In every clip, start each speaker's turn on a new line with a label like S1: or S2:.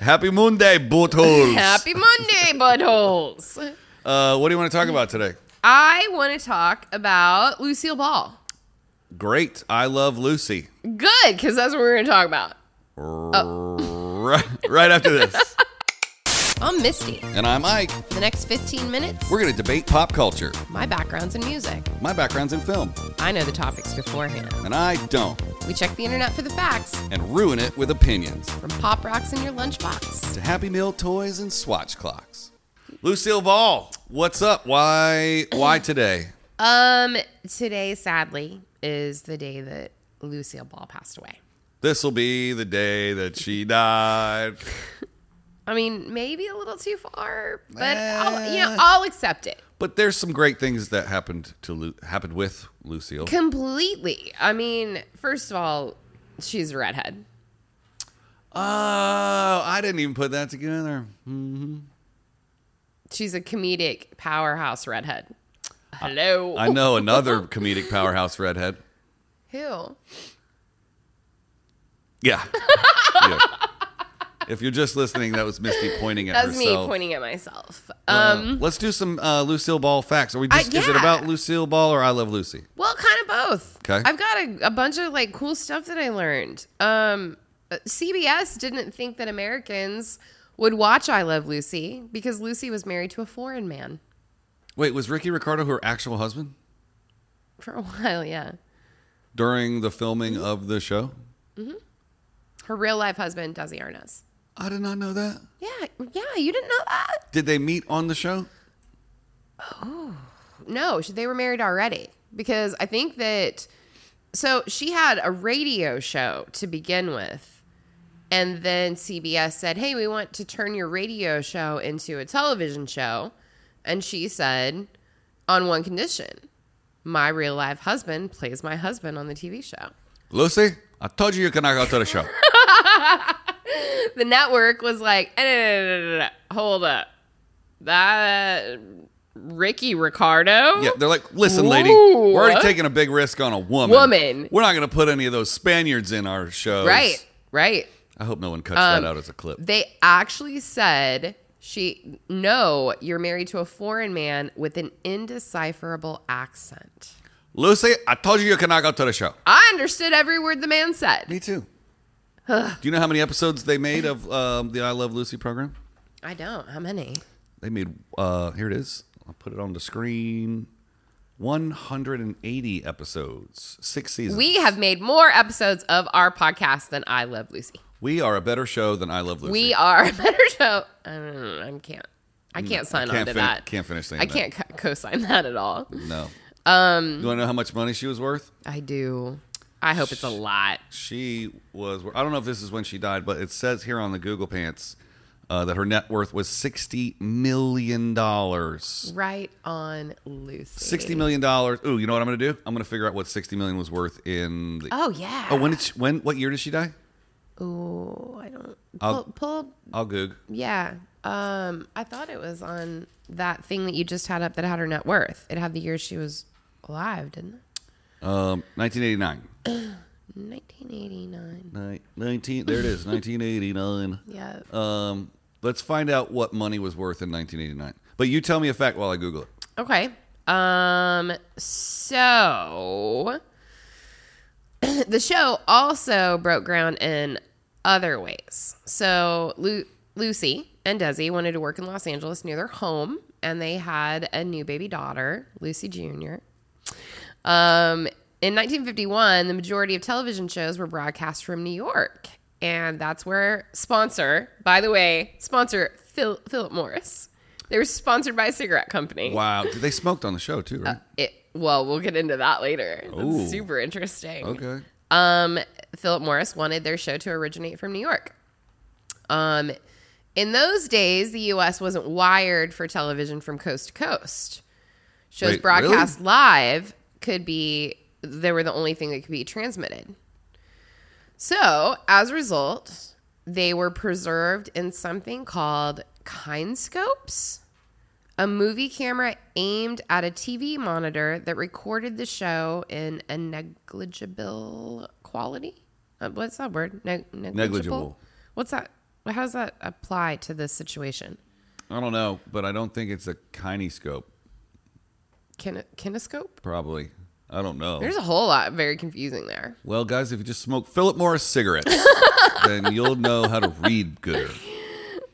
S1: Happy Moon Day, buttholes.
S2: Happy Monday, buttholes.
S1: Uh, what do you want to talk about today?
S2: I want to talk about Lucille Ball.
S1: Great. I love Lucy.
S2: Good, because that's what we're going to talk about.
S1: Right, right after this.
S2: I'm Misty.
S1: and I'm Ike.
S2: The next 15 minutes,
S1: We're going to debate pop culture.
S2: my background's in music.
S1: My background's in film,
S2: I know the topics beforehand.
S1: and I don't.
S2: We check the internet for the facts,
S1: And ruin it with opinions.
S2: from pop rocks in your lunchbox.
S1: To Happy Meal toys and swatch clocks. Lucille Ball, what's up? Why why today?
S2: Um, today, sadly, is the day that Lucille Ball passed away.
S1: This will be the day that she died.
S2: I mean, maybe a little too far, but I'll, you
S1: Eh.
S2: know, I'll accept it.
S1: But there's some great things that happened to Lu- happened with Lucille.
S2: Completely. I mean, first of all, she's a redhead.
S1: Oh, I didn't even put that together.
S2: She's a comedic powerhouse redhead. Hello.
S1: I know another comedic powerhouse redhead.
S2: Who?
S1: Yeah. Yeah. If you're just listening, that was Misty pointing at
S2: That's me
S1: herself.
S2: pointing at myself.
S1: Uh,
S2: Um,
S1: let's do some uh, Lucille Ball facts. Are we just? Is it
S2: yeah.
S1: about Lucille Ball or I Love Lucy?
S2: well, kind of both.
S1: 'Kay.
S2: I've got a, a bunch of like cool stuff that I learned. Um, uh, CBS didn't think that Americans would watch I Love Lucy because Lucy was married to a foreign man
S1: Wait, was Ricky Ricardo her actual husband
S2: for a while. Yeah.
S1: during the filming
S2: Mm-hmm.
S1: of the show?
S2: Her real life husband, Desi Arnaz.
S1: I did not know that.
S2: Yeah. Yeah. You didn't know that?
S1: Did they meet on the show?
S2: No, she- they were married already because I think that so she had a radio show to begin with. And then CBS said, "Hey, we want to turn your radio show into a television show." And she said, "On one condition. My real life husband plays my husband on the TV show."
S1: Lucy, I told you you cannot go to the show.
S2: The network was like, "Eh, no, no, no, no, no. "Hold up. That Ricky Ricardo?"
S1: Yeah, they're like, listen, lady,
S2: Ooh,
S1: we're already
S2: what?
S1: taking a big risk on a woman.
S2: Woman.
S1: We're not going to put any of those Spaniards in our shows.
S2: Right. Um, Right.
S1: I hope no one cuts that out as a clip.
S2: They actually said she no, you're married to a foreign man with an indecipherable accent.
S1: Lucy, I told you you cannot go to the show.
S2: I understood every word the man said.
S1: Me too. Do you know how many episodes they made of um, the I Love Lucy program?
S2: I don't. How many?
S1: They made, uh, here it is. I'll put it on the screen 180 episodes, six seasons.
S2: We have made more episodes of our podcast than I Love Lucy.
S1: We are a better show than I Love Lucy.
S2: We are a better show. I don't know. I can't. Mm, I can't sign on
S1: can't
S2: to
S1: fin-
S2: that.
S1: can't finish saying
S2: I
S1: that.
S2: can't co- co-sign that at all.
S1: No. Um, you want to know how much money she was worth?
S2: I do. I hope it's a lot.
S1: She was. I don't know if this is when she died, but it says here on the Google Pants uh, that her net worth was sixty million dollars.
S2: Right on Lucy.
S1: Sixty million dollars. Ooh, you know what I'm going to do? I'm going to figure out what sixty million was worth in the.
S2: Oh yeah.
S1: Oh, when did she, when? What year did she die?
S2: Oh, I don't
S1: I'll-
S2: pull, pull
S1: I'll Goog.
S2: Yeah. Um, I thought it was on that thing that you just had up that had her net worth. It had the year she was alive, didn't it?
S1: Um, 1989.
S2: 1989.
S1: Ni- 19. There it is. 1989.
S2: Yeah.
S1: Um, let's find out what money was worth in 1989. But you tell me a fact while I Google it.
S2: Okay. Um, so the show also broke ground in other ways. So Lu- Lucy and Desi wanted to work in Los Angeles near their home, and they had a new baby daughter, Lucy Jr. Um, in 1951, the majority of television shows were broadcast from New York, and that's where sponsor, by the way, sponsor Phil- Philip Morris. They were sponsored by a cigarette company.
S1: Wow. they smoked on the show too, right?
S2: It, well, we'll get into that later. That's
S1: Ooh.
S2: super interesting.
S1: okay.
S2: Um, Philip Morris wanted their show to originate from New York. Um, in those days, the U.S. wasn't wired for television from coast to coast. Shows
S1: Wait,
S2: broadcast live could be they were the only thing that could be transmitted. So, as a result, they were preserved in something called kinescopes, a movie camera aimed at a TV monitor that recorded the show in a negligible quality. Uh, what's that word? Ne- negligible?
S1: Negligible.
S2: What's that? Well, how does that apply to this situation?
S1: I don't know, but I don't think it's a kinescope.
S2: Kin- kinescope?
S1: Probably. I don't know.
S2: There's a whole lot very confusing there.
S1: well, guys, if you just smoke Philip Morris cigarettes, then you'll know how to read gooder.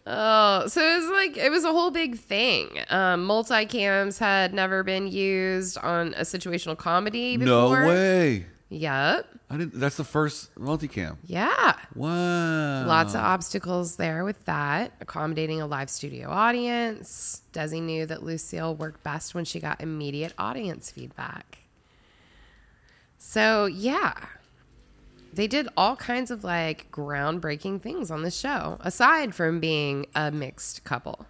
S2: Oh, so it was like it was a whole big thing. Um, multicams had never been used on a situational comedy
S1: No
S2: before.
S1: way.
S2: Yep.
S1: I didn't. That's the first multicam.
S2: Yeah.
S1: Wow.
S2: Lots of obstacles there with that, accommodating a live studio audience. Desi knew that Lucille worked best when she got immediate audience feedback. So, yeah, they did all kinds of like groundbreaking things on the show, aside from being a mixed couple,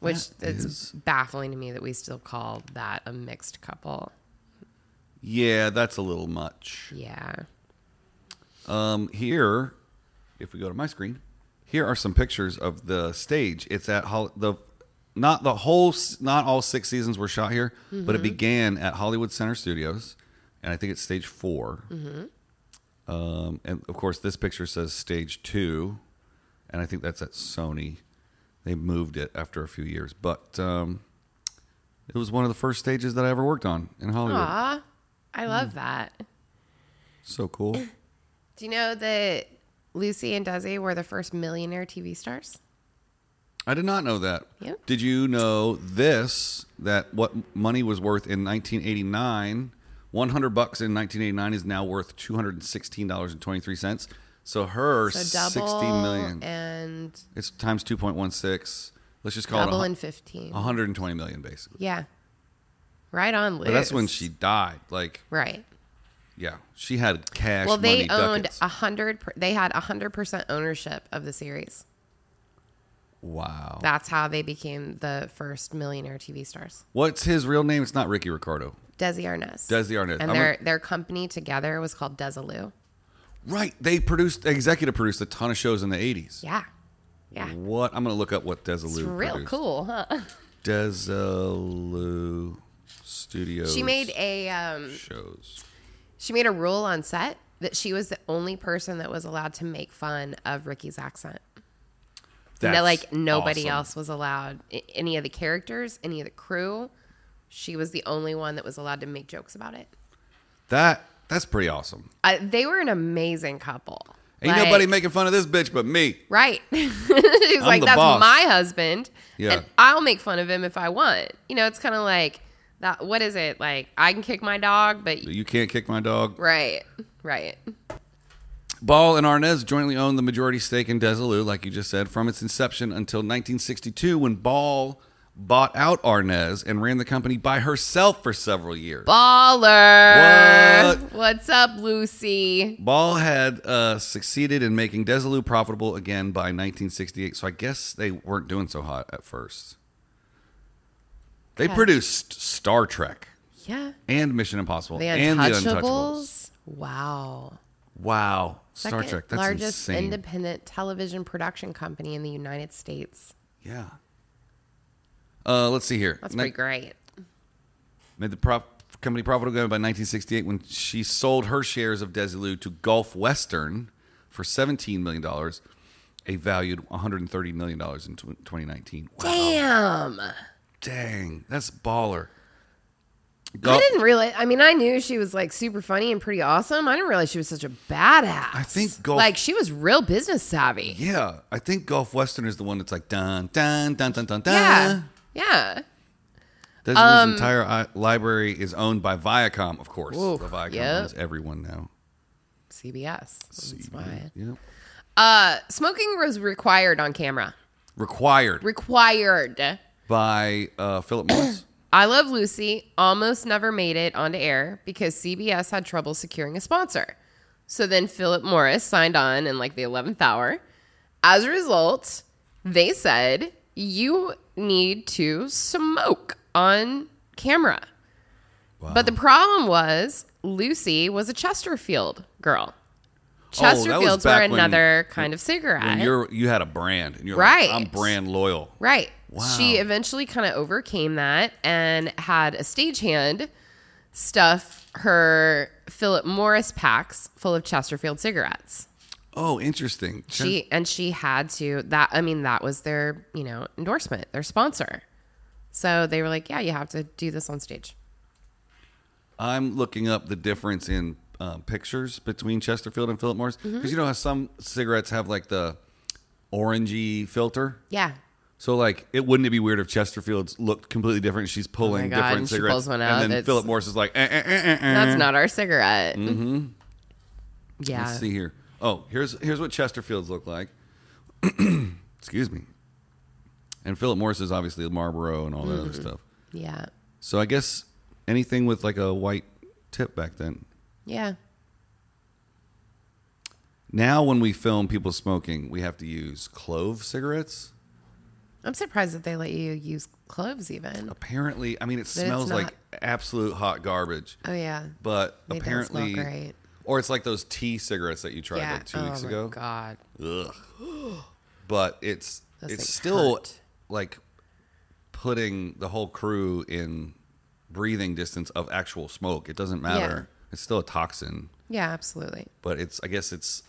S2: which
S1: That
S2: it's
S1: is-
S2: baffling to me that we still call that a mixed couple.
S1: Yeah, that's a little much.
S2: Yeah.
S1: Um, here, if we go to my screen, here are some pictures of the stage. It's at Hol- the not the whole s- not all six seasons were shot here, but it began at Hollywood Center Studios, and I think it's stage 4 Um, and of course, this picture says stage two, and I think that's at Sony. They moved it after a few years, but um, it was one of the first stages that I ever worked on in Hollywood.
S2: Aw, I love that.
S1: So cool.
S2: Do you know that Lucy and Desi were the first millionaire TV stars?
S1: I did not know that.
S2: Yep.
S1: Did you know this? That what money was worth in 1989, 100 bucks in 1989 is now worth 216 dollars and 23 cents. So her
S2: So double
S1: 60 million.
S2: and
S1: it's times 2.16. Let's just call it
S2: double
S1: a,
S2: and
S1: hun-
S2: fifteen.
S1: 120 million, basically.
S2: Yeah, right on. Liz.
S1: But that's when she died. Like,
S2: right.
S1: yeah, she had cash.
S2: Well, they
S1: money
S2: owned
S1: ducats.
S2: a hundred. per- They had a hundred percent ownership of the series.
S1: wow.
S2: That's how they became the first millionaire TV stars.
S1: What's his real name? It's not Ricky Ricardo.
S2: Desi Arnaz.
S1: Desi Arnaz.
S2: And
S1: I'm
S2: their their company together was called Desilu.
S1: Right. They produced, executive produced a ton of shows in the 80s.
S2: Yeah, yeah.
S1: What? I'm going to look up what Desilu
S2: It's real
S1: produced.
S2: cool, huh?
S1: Desilu Studios.
S2: She made a um,
S1: shows.
S2: She made a rule on set that she was the only person that was allowed to make fun of Ricky's accent.
S1: That's
S2: no, like nobody
S1: awesome.
S2: else was allowed. I- Any of the characters, any of the crew, she was the only one that was allowed to make jokes about it.
S1: That that's pretty awesome.
S2: Uh, they were an amazing couple.
S1: Ain't
S2: Like,
S1: nobody making fun of this bitch but me.
S2: right. She's was like,
S1: the
S2: "That's
S1: boss."
S2: my husband,
S1: Yeah.
S2: and I'll make fun of him if I want." You know, it's kind of like that. What is it like? I can kick my dog, but
S1: You can't kick my dog.
S2: right, right,
S1: Ball and Arnez jointly owned the majority stake in Desilu, like you just said, from its inception until 1962 when Ball bought out Arnez and ran the company by herself for several years.
S2: baller.
S1: What?
S2: What's up, Lucy?
S1: Ball had uh, succeeded in making Desilu profitable again by 1968, so I guess they weren't doing so hot at first. They
S2: Okay.
S1: produced Star Trek
S2: Yeah.
S1: and Mission Impossible
S2: The
S1: and
S2: Untouchables.
S1: The Untouchables.
S2: Wow.
S1: Wow, Star
S2: Second
S1: Trek, that's
S2: largest
S1: insane.
S2: independent television production company in the United States.
S1: yeah. Uh, let's see here.
S2: That's
S1: Ni-
S2: pretty great.
S1: Made the prof- company profitable again by 1968 when she sold her shares of Desilu to Gulf Western for 17 million dollars, a valued 130 million dollars in tw- 2019. Wow.
S2: Damn.
S1: Dang, that's baller.
S2: I
S1: Gulf-
S2: didn't realize. I mean, I knew she was like super funny and pretty awesome. I didn't realize she was such a badass.
S1: I think Gulf-
S2: like she was real business savvy.
S1: yeah, I think Gulf Western is the one that's like dun dun dun dun dun dun.
S2: Yeah. Um, Yeah.
S1: Desilu's entire i- library is owned by Viacom, of course.
S2: Oof,
S1: the Viacom
S2: yep.
S1: owns everyone now.
S2: CBS. That's why.
S1: Yep.
S2: Uh, smoking was required on camera.
S1: Required
S2: Required.
S1: by uh, Philip Morris.
S2: I Love Lucy almost never made it onto air because CBS had trouble securing a sponsor. So then Philip Morris signed on in like the 11th hour. As a result, they said, you need to smoke on camera. But the problem was Lucy was a Chesterfield girl.
S1: Oh, that was
S2: Chesterfields were
S1: back when-
S2: another kind of cigarette.
S1: when you're you had a brand and you're
S2: Right.
S1: like, I'm brand loyal.
S2: Right.
S1: Wow.
S2: She eventually kind of overcame that and had a stagehand stuff her Philip Morris packs full of Chesterfield cigarettes.
S1: Oh, interesting. Sure.
S2: She and she had to that I mean that was their, you know, endorsement, their sponsor. So they were like, yeah, you have to do this on stage.
S1: I'm looking up the difference in um, pictures between Chesterfield and Philip Morris because
S2: Mm-hmm.
S1: you know how some cigarettes have like the orangey filter.
S2: Yeah.
S1: So like, it wouldn't it be weird if Chesterfield's looked completely different? She's pulling
S2: Oh God,
S1: different
S2: and she
S1: cigarettes,
S2: pulls one out,
S1: and then
S2: it's-
S1: Philip Morris is like, eh, eh, eh, eh, eh.
S2: That's not our cigarette. Mm-hmm. Yeah.
S1: Let's see here. Oh, here's here's what Chesterfields look like. Excuse me. And Philip Morris is obviously Marlboro and all that
S2: Mm-hmm.
S1: other stuff.
S2: Yeah.
S1: So I guess anything with like a white tip back then.
S2: Yeah.
S1: Now when we film people smoking, we have to use clove cigarettes.
S2: I'm surprised that they let you use cloves even.
S1: Apparently, I mean it
S2: it's
S1: smells like
S2: not-
S1: absolute hot garbage.
S2: Oh yeah.
S1: But
S2: They don't smell
S1: apparently
S2: great.
S1: or it's like those tea cigarettes that you tried
S2: yeah.
S1: like 2
S2: oh
S1: weeks
S2: my
S1: ago.
S2: God.
S1: Ugh. But it's
S2: Those
S1: it's
S2: things
S1: still
S2: hurt.
S1: like putting the whole crew in breathing distance of actual smoke. It doesn't matter. It's still a toxin,
S2: Yeah, absolutely.
S1: but it's I guess it's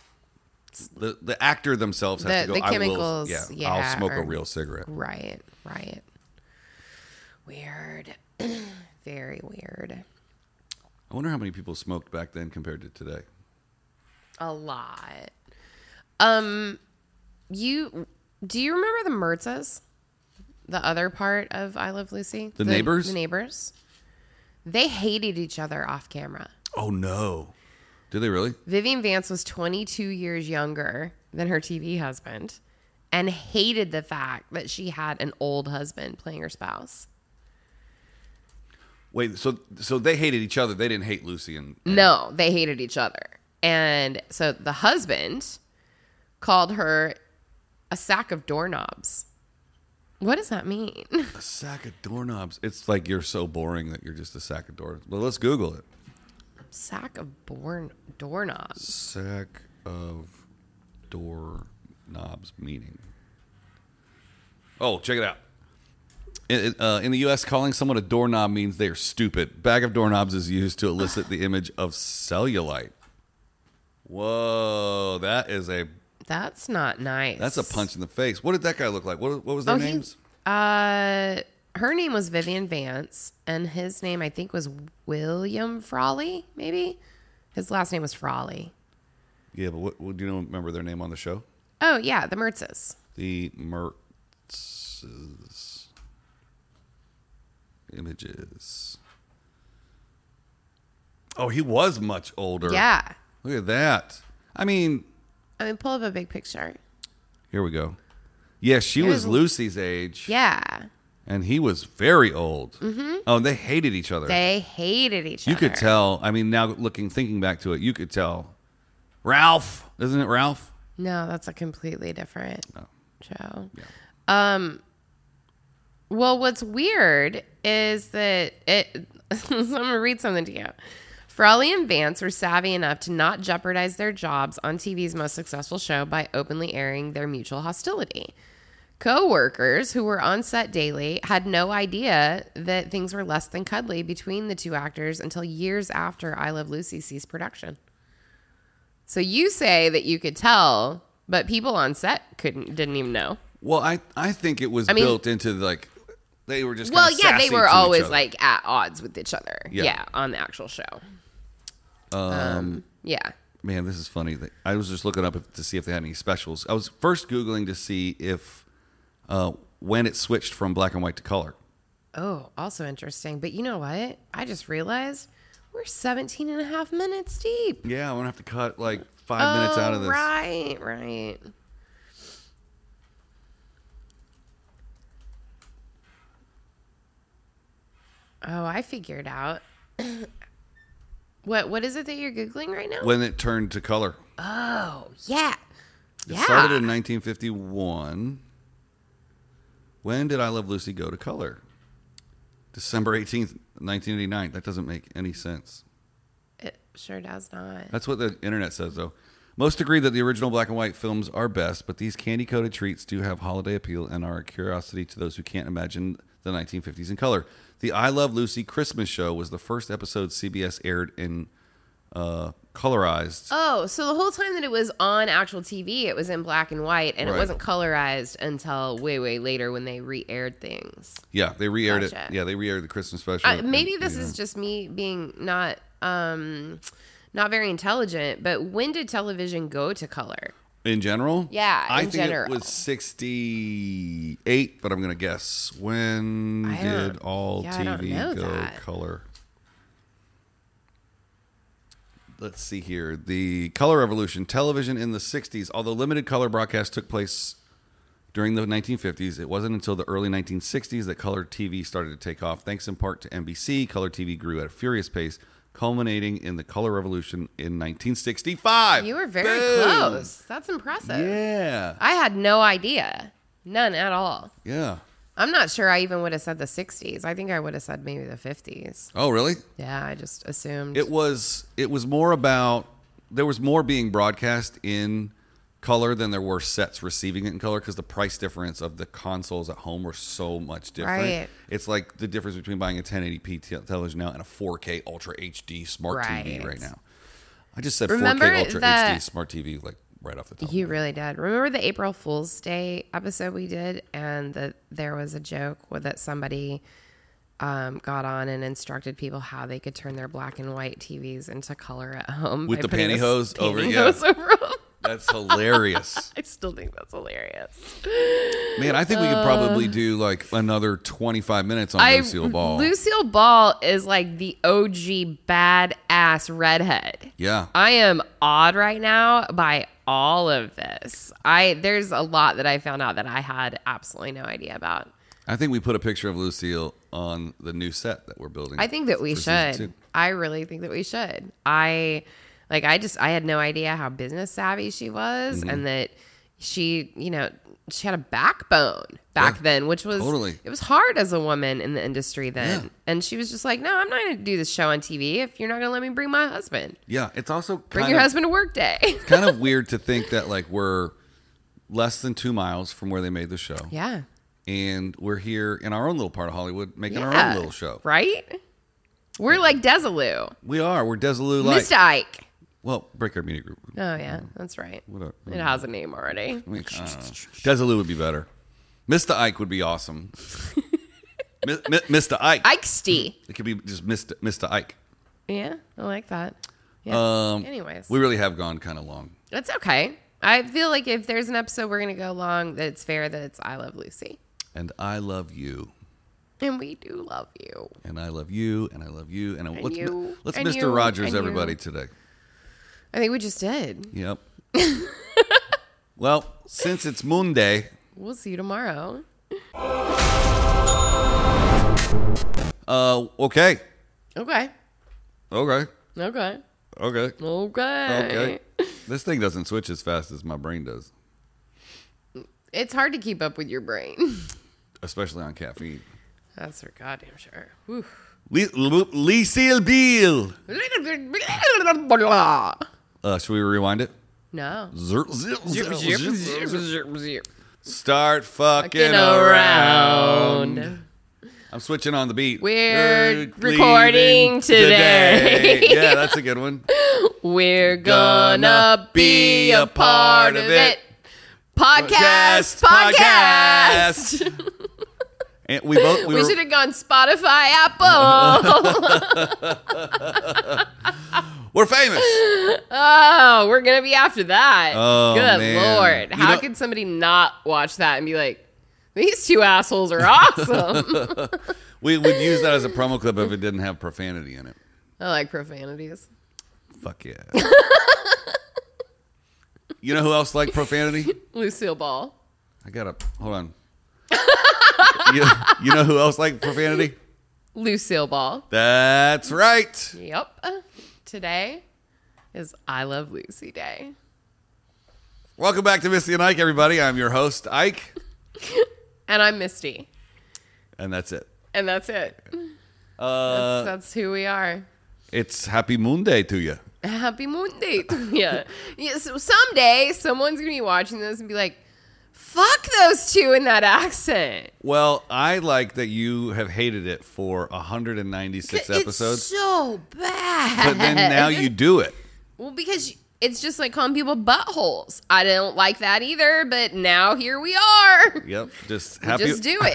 S1: the the actor themselves has
S2: The-
S1: to go.
S2: the
S1: I will,
S2: chemicals,
S1: yeah, I'll
S2: yeah,
S1: smoke a
S2: are-
S1: real cigarette.
S2: Right. Right. Weird. Very weird.
S1: I wonder how many people smoked back then compared to today.
S2: A lot. Um, you do you remember the Mertzes? The other part of I Love Lucy?
S1: The neighbors?
S2: The neighbors. They hated each other off camera.
S1: Oh no, do they really?
S2: Vivian Vance was 22 years younger than her TV husband and hated the fact that she had an old husband playing her spouse.
S1: Wait, so so they hated each other. They didn't hate Lucy and
S2: No, they hated each other. And so the husband called her a sack of doorknobs. What does that mean?
S1: a sack of doorknobs. It's like you're so boring that you're just a sack of doorknobs. Well, let's Google it.
S2: sack of born doorknobs.
S1: sack of door knobs meaning. Oh, check it out. In, uh, in the U.S., calling someone a doorknob means they are stupid. Bag of doorknobs is used to elicit the image of cellulite. Whoa, that is a
S2: That's not nice.
S1: that's a punch in the face. What did that guy look like? What, what was their
S2: Oh, he-
S1: names?
S2: Uh, her name was Vivian Vance, and his name I think was William Frawley. Maybe his last name was Frawley.
S1: yeah, but what, what do you know- remember their name on the show?
S2: Oh yeah, the Mertzes.
S1: The Mertzes. Images. Oh, he was much older.
S2: Yeah.
S1: Look at that. I mean,
S2: I mean, pull up a big picture.
S1: here we go. Yeah, she was
S2: Here's-
S1: Lucy's age,
S2: Yeah,
S1: and he was very old. Mm-hmm. Oh, and they hated each other.
S2: they hated each
S1: you
S2: other.
S1: could tell. I mean, now looking, thinking back to it, you could tell. Ralph, isn't it Ralph?
S2: No, that's a completely different show. Um,
S1: Yeah.
S2: Well, what's weird is that it. so I'm gonna read something to you. Frawley and Vance were savvy enough to not jeopardize their jobs on TV's most successful show by openly airing their mutual hostility. Co-workers who were on set daily had no idea that things were less than cuddly between the two actors until years after I Love Lucy ceased production. So you say that you could tell, but people on set couldn't didn't even know.
S1: Well, I I think it was
S2: mean-
S1: built into like they were just
S2: Well,
S1: kinda
S2: yeah,
S1: sassy
S2: they
S1: to
S2: were
S1: each
S2: always
S1: other.
S2: like at odds with each other.
S1: Yeah.
S2: Yeah, on the actual show. um yeah.
S1: Man, this is funny. That- I was just looking up if- to see if they had any specials. I was first googling to see if uh, when it switched from black and white to color.
S2: Oh, also interesting. But you know what? I just realized we're 17 and a half minutes deep.
S1: Yeah, I'm gonna have to cut like five minutes out of
S2: Oh,
S1: this.
S2: Right, right. Oh, I figured out. what what is it that you're googling right now?
S1: When it turned to color,
S2: Oh, yeah.
S1: it
S2: yeah.
S1: started in 1951. When did I Love Lucy go to color? December 18th, 1989. That doesn't make any sense.
S2: It sure does not.
S1: That's what the internet says, though. Most agree that the original black and white films are best, but these candy coated treats do have holiday appeal and are a curiosity to those who can't imagine the 1950s in color. The I Love Lucy Christmas show was the first episode CBS aired in uh, colorized.
S2: Oh, so the whole time that it was on actual TV, it was in black and white, and it
S1: Right.
S2: wasn't colorized until way, way later when they re-aired things.
S1: Yeah, they re-aired
S2: Gotcha.
S1: it. Yeah, they re-aired the Christmas special.
S2: I, maybe
S1: And-
S2: this
S1: Mm, yeah.
S2: is just me being not um not very intelligent, but when did television go to color?
S1: in general.
S2: Yeah,
S1: I
S2: in
S1: think
S2: general.
S1: it was sixty-eight, but I'm gonna guess when
S2: I don't-
S1: did all
S2: yeah, I don't know
S1: TV go
S2: that.
S1: color? Let's see here. The color revolution, television in the '60s. Although limited color broadcast took place during the 1950s, it wasn't until the early 1960s that color TV started to take off. Thanks in part to NBC, color TV grew at a furious pace, culminating in the color revolution in 1965.
S2: You were very
S1: Boom.
S2: close. That's impressive.
S1: Yeah.
S2: I had no idea. None at all.
S1: Yeah.
S2: I'm not sure I even would have said the 60s. I think I would have said maybe the 50s.
S1: Oh, really?
S2: Yeah, I just assumed.
S1: It was it was more about there was more being broadcast in color than there were sets receiving it in color because the price difference of the consoles at home were so much different.
S2: Right.
S1: It's like the difference between buying a 1080p te- television now and a 4K Ultra HD smart TV
S2: Right.
S1: right now. I just said
S2: Remember
S1: 4K Ultra
S2: that-
S1: HD smart TV like right off the top.
S2: you really did. Remember the April Fool's Day episode we did, and that there was a joke with that somebody um, got on and instructed people how they could turn their black and white TVs into color at home
S1: With
S2: by
S1: the
S2: putting a s-
S1: pantyhose over- yeah.
S2: pantyhose over 'em.
S1: That's hilarious.
S2: I still think that's hilarious.
S1: Man, I think we could probably
S2: Uh.
S1: do like another 25 minutes on Lucille Ball.
S2: Lucille Ball is like the OG badass redhead.
S1: yeah.
S2: I am awed right now by all of this. I there's a lot that I found out that I had absolutely no idea about.
S1: I think we put a picture of Lucille on the new set that we're building.
S2: I think that we
S1: for season
S2: should.
S1: two.
S2: I really think that we should. I like I just I had no idea how business savvy she was
S1: Mm-hmm.
S2: and that she, you know, she had a backbone back
S1: Yeah,
S2: then, which was
S1: totally.
S2: it was hard as a woman in the industry then.
S1: Yeah.
S2: And she was just like, "No, I'm not going to do this show on TV if you're not going to let me bring my husband.
S1: Yeah, it's also kind
S2: Bring your
S1: of,
S2: husband to work day."
S1: kind of weird to think that like we're less than two miles from where they made the show,
S2: yeah.
S1: and we're here in our own little part of Hollywood making our
S2: Yeah.
S1: own little show.
S2: Right? We're like Desilu.
S1: We are. We're Desilu like
S2: Mr. Ike.
S1: well, Breakout Media Group.
S2: Oh, yeah. That's right.
S1: What a-
S2: It has a name already.
S1: I mean, I don't know. Desilu would be better. Mr. Ike would be awesome. Mi- mi- Mr. Ike.
S2: Ikesty.
S1: It could be just Mr. Mr. Ike.
S2: Yeah, I like that. Yeah.
S1: Um,
S2: Anyways,
S1: We really have gone kind of long.
S2: that's okay. I feel like if there's an episode we're going to go long, that it's fair that it's I Love Lucy.
S1: And I love you.
S2: And we do love you.
S1: and I love you, and I love you, and, I, let's,
S2: you,
S1: let's
S2: and
S1: Mr.
S2: you,
S1: Rogers
S2: and
S1: everybody
S2: you.
S1: today.
S2: I think we just did.
S1: Yep. well, since it's Moon Day,
S2: We'll see you tomorrow.
S1: uh, okay,
S2: Okay.
S1: okay,
S2: Okay.
S1: okay,
S2: Okay.
S1: okay. this thing doesn't switch as fast as my brain does,
S2: It's hard to keep up with your brain.
S1: especially on caffeine.
S2: That's for goddamn sure. Whew.
S1: Le- Lu- Lucille Beal.
S2: No.
S1: Uh, should we rewind it? Zer- zer- zer- zer- zer- Start fucking
S2: Fucking
S1: around.
S2: around.
S1: I'm switching on the beat.
S2: We're
S1: leaving
S2: recording today.
S1: yeah, that's a good one.
S2: We're gonna be a part of it. Podcast, podcast.
S1: and we both we,
S2: We
S1: were-
S2: should have gone Spotify, Apple.
S1: we're famous.
S2: oh, we're gonna be after that.
S1: Oh,
S2: Good
S1: man.
S2: lord!
S1: You
S2: How
S1: know-
S2: could somebody not watch that and be like, "These two assholes are awesome"?
S1: We would use that as a promo clip if it didn't have profanity in it.
S2: I like profanities.
S1: Fuck yeah. you know who else liked profanity?
S2: Lucille Ball.
S1: I gotta hold on. you, you know who else liked profanity?
S2: Lucille Ball.
S1: That's right.
S2: Yep. Today is I Love Lucy Day.
S1: Welcome back to Misty and Ike, everybody. I'm your host, Ike,
S2: And I'm Misty.
S1: and that's it.
S2: And that's it.
S1: Uh,
S2: That's, that's who we are.
S1: it's Happy Moon Day to you.
S2: Happy Moon Day. yeah. yeah. So someday someone's going to be watching this and be like, Fuck those two in that accent.
S1: Well, I like that you have hated it for 196 episodes,
S2: It's so bad.
S1: but then now you do it.
S2: Well, because it's just like calling people buttholes. I don't like that either, but now here we are.
S1: Yep, just happy.
S2: Just do it.